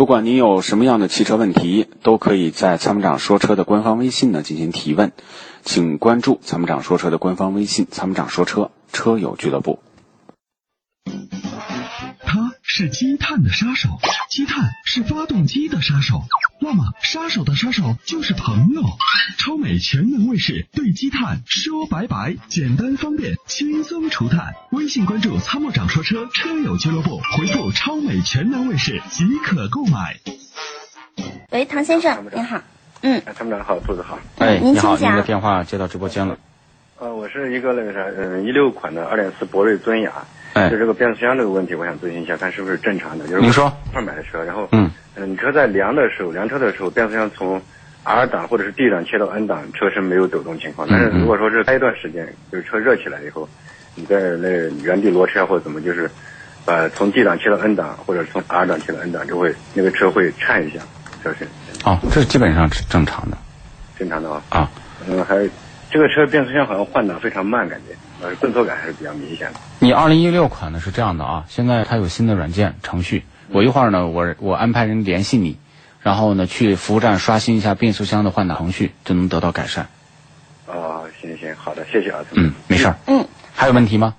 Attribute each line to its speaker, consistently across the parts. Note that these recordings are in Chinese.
Speaker 1: 不管您有什么样的汽车问题，都可以在参谋长说车的官方微信呢进行提问，请关注参谋长说车的官方微信“参谋长说车车友俱乐部”。
Speaker 2: 它是积碳的杀手，积碳是发动机的杀手。那么，杀手的杀手就是朋友。超美全能卫士对积碳说拜拜，简单方便，轻松除碳。微信关注“参谋长说车”车友俱乐部，回复“超美全能卫士”即可购买。
Speaker 3: 喂，唐先
Speaker 4: 参
Speaker 3: 生
Speaker 4: 谋，长
Speaker 3: 您好，嗯，
Speaker 4: 哎，参谋长好，兔子好。
Speaker 1: 哎，
Speaker 3: 您
Speaker 1: 你好，
Speaker 3: 请讲
Speaker 1: 您的电话接到直播间了。
Speaker 4: 呃，我是一个那个啥，嗯，一六款的二点四博瑞尊雅，
Speaker 1: 哎
Speaker 4: 就，这个变速箱这个问题，我想咨询一下，看是不是正常的。就是
Speaker 1: 您说，
Speaker 4: 一块买的车，然后，
Speaker 1: 嗯，
Speaker 4: 嗯，你车在量的时候，量车的时候，变速箱从 R 档或者是 D 档切到 N 档，车身没有抖动情况。但是
Speaker 1: 嗯
Speaker 4: 如果说是开一段时间，就是车热起来以后，你在那原地挪车或者怎么，就是把从 D 档切到 N 档，或者从 R 档切到 N 档，就会那个车会颤一下，车身
Speaker 1: 哦，这基本上是正常的
Speaker 4: 正常的啊。
Speaker 1: 啊。
Speaker 4: 嗯，还有这个车变速箱好像换挡非常慢，感觉，呃，顿挫感还是比较明显的。
Speaker 1: 你二零一六款呢是这样的啊，现在它有新的软件程序，我一会儿呢，我我安排人联系你，然后呢去服务站刷新一下变速箱的换挡程序，就能得到改善。
Speaker 4: 哦，行行，好的，谢谢啊，
Speaker 1: 嗯，没事儿。
Speaker 3: 嗯，
Speaker 1: 还有问题吗？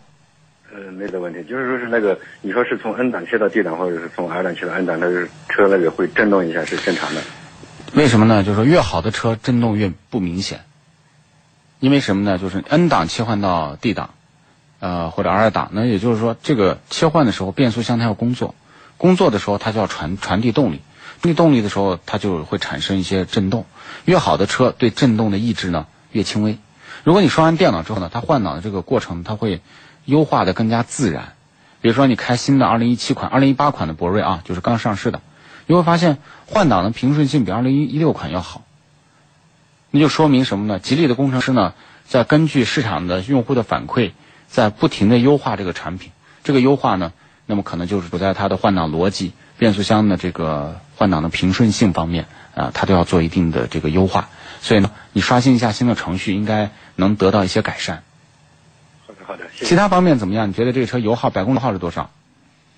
Speaker 4: 呃，没得问题，就是说是那个，你说是从 N 档切到 D 档，或者是从 R 档切到 N 档，那就是车那个会震动一下是正常的。
Speaker 1: 为什么呢？就是说越好的车震动越不明显，因为什么呢？就是 N 档切换到 D 档，呃或者 R 档，那也就是说这个切换的时候，变速箱它要工作，工作的时候它就要传传递动力，传递动力的时候它就会产生一些震动。越好的车对震动的抑制呢越轻微。如果你刷完电脑之后呢，它换挡的这个过程它会优化的更加自然。比如说你开新的2017款、2018款的博瑞啊，就是刚上市的，你会发现换挡的平顺性比2016款要好。那就说明什么呢？吉利的工程师呢，在根据市场的用户的反馈，在不停的优化这个产品。这个优化呢，那么可能就是处在它的换挡逻辑、变速箱的这个换挡的平顺性方面啊、它都要做一定的这个优化。所以呢，你刷新一下新的程序，应该能得到一些改善。
Speaker 4: 好的，好的，谢
Speaker 1: 其
Speaker 4: 谢。
Speaker 1: 他方面怎么样？你觉得这个车油耗、百公里油耗是多少？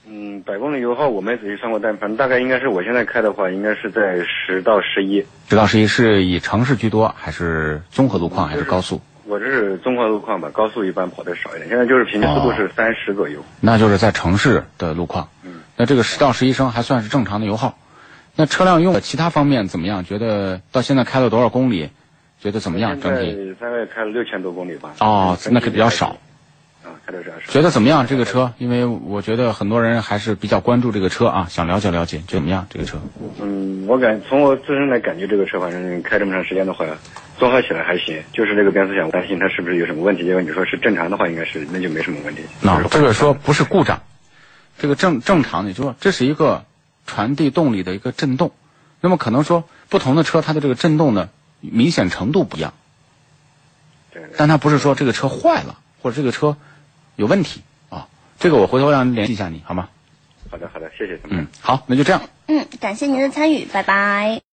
Speaker 4: 嗯，百公里油耗我没仔细算过，但反正大概应该是我现在开的话，应该是在十到十一。
Speaker 1: 指导十一是以城市居多，还是综合路况，还是高速？
Speaker 4: 我这是综合路况吧，高速一般跑的少一点，现在就是平均速
Speaker 1: 哦
Speaker 4: 度是三十左右。
Speaker 1: 那就是在城市的路况。
Speaker 4: 嗯
Speaker 1: 那这个十到十一升还算是正常的油耗。那车辆用的其他方面怎么样？觉得到现在开了多少公里？觉得怎么样？
Speaker 4: 现
Speaker 1: 整
Speaker 4: 在
Speaker 1: 体？
Speaker 4: 大概开了六千多公里吧。嗯
Speaker 1: 哦，那可比较少。。
Speaker 4: 啊，开的比较少。
Speaker 1: 觉得怎么样这个车？因为我觉得很多人还是比较关注这个车啊，想了解了解，觉得怎么样这个车？
Speaker 4: 嗯，我感从我自身来感觉，这个车反正开这么长时间的话，综合起来还行。就是这个变速箱，我担心它是不是有什么问题。结果你说是正常的话，应该是那就没什么问题。
Speaker 1: 那
Speaker 4: 就是
Speaker 1: 这个说不是故障，这个正正常的，就是说这是一个传递动力的一个震动。那么可能说不同的车它的这个震动呢明显程度不一样。
Speaker 4: 对对
Speaker 1: 但他不是说这个车坏了或者这个车有问题啊。这个我回头让人联系一下你，好吗？嗯
Speaker 4: 好的好的，谢谢参谋长。
Speaker 1: 嗯，好，那就这样。
Speaker 3: 嗯，感谢您的参与，拜拜。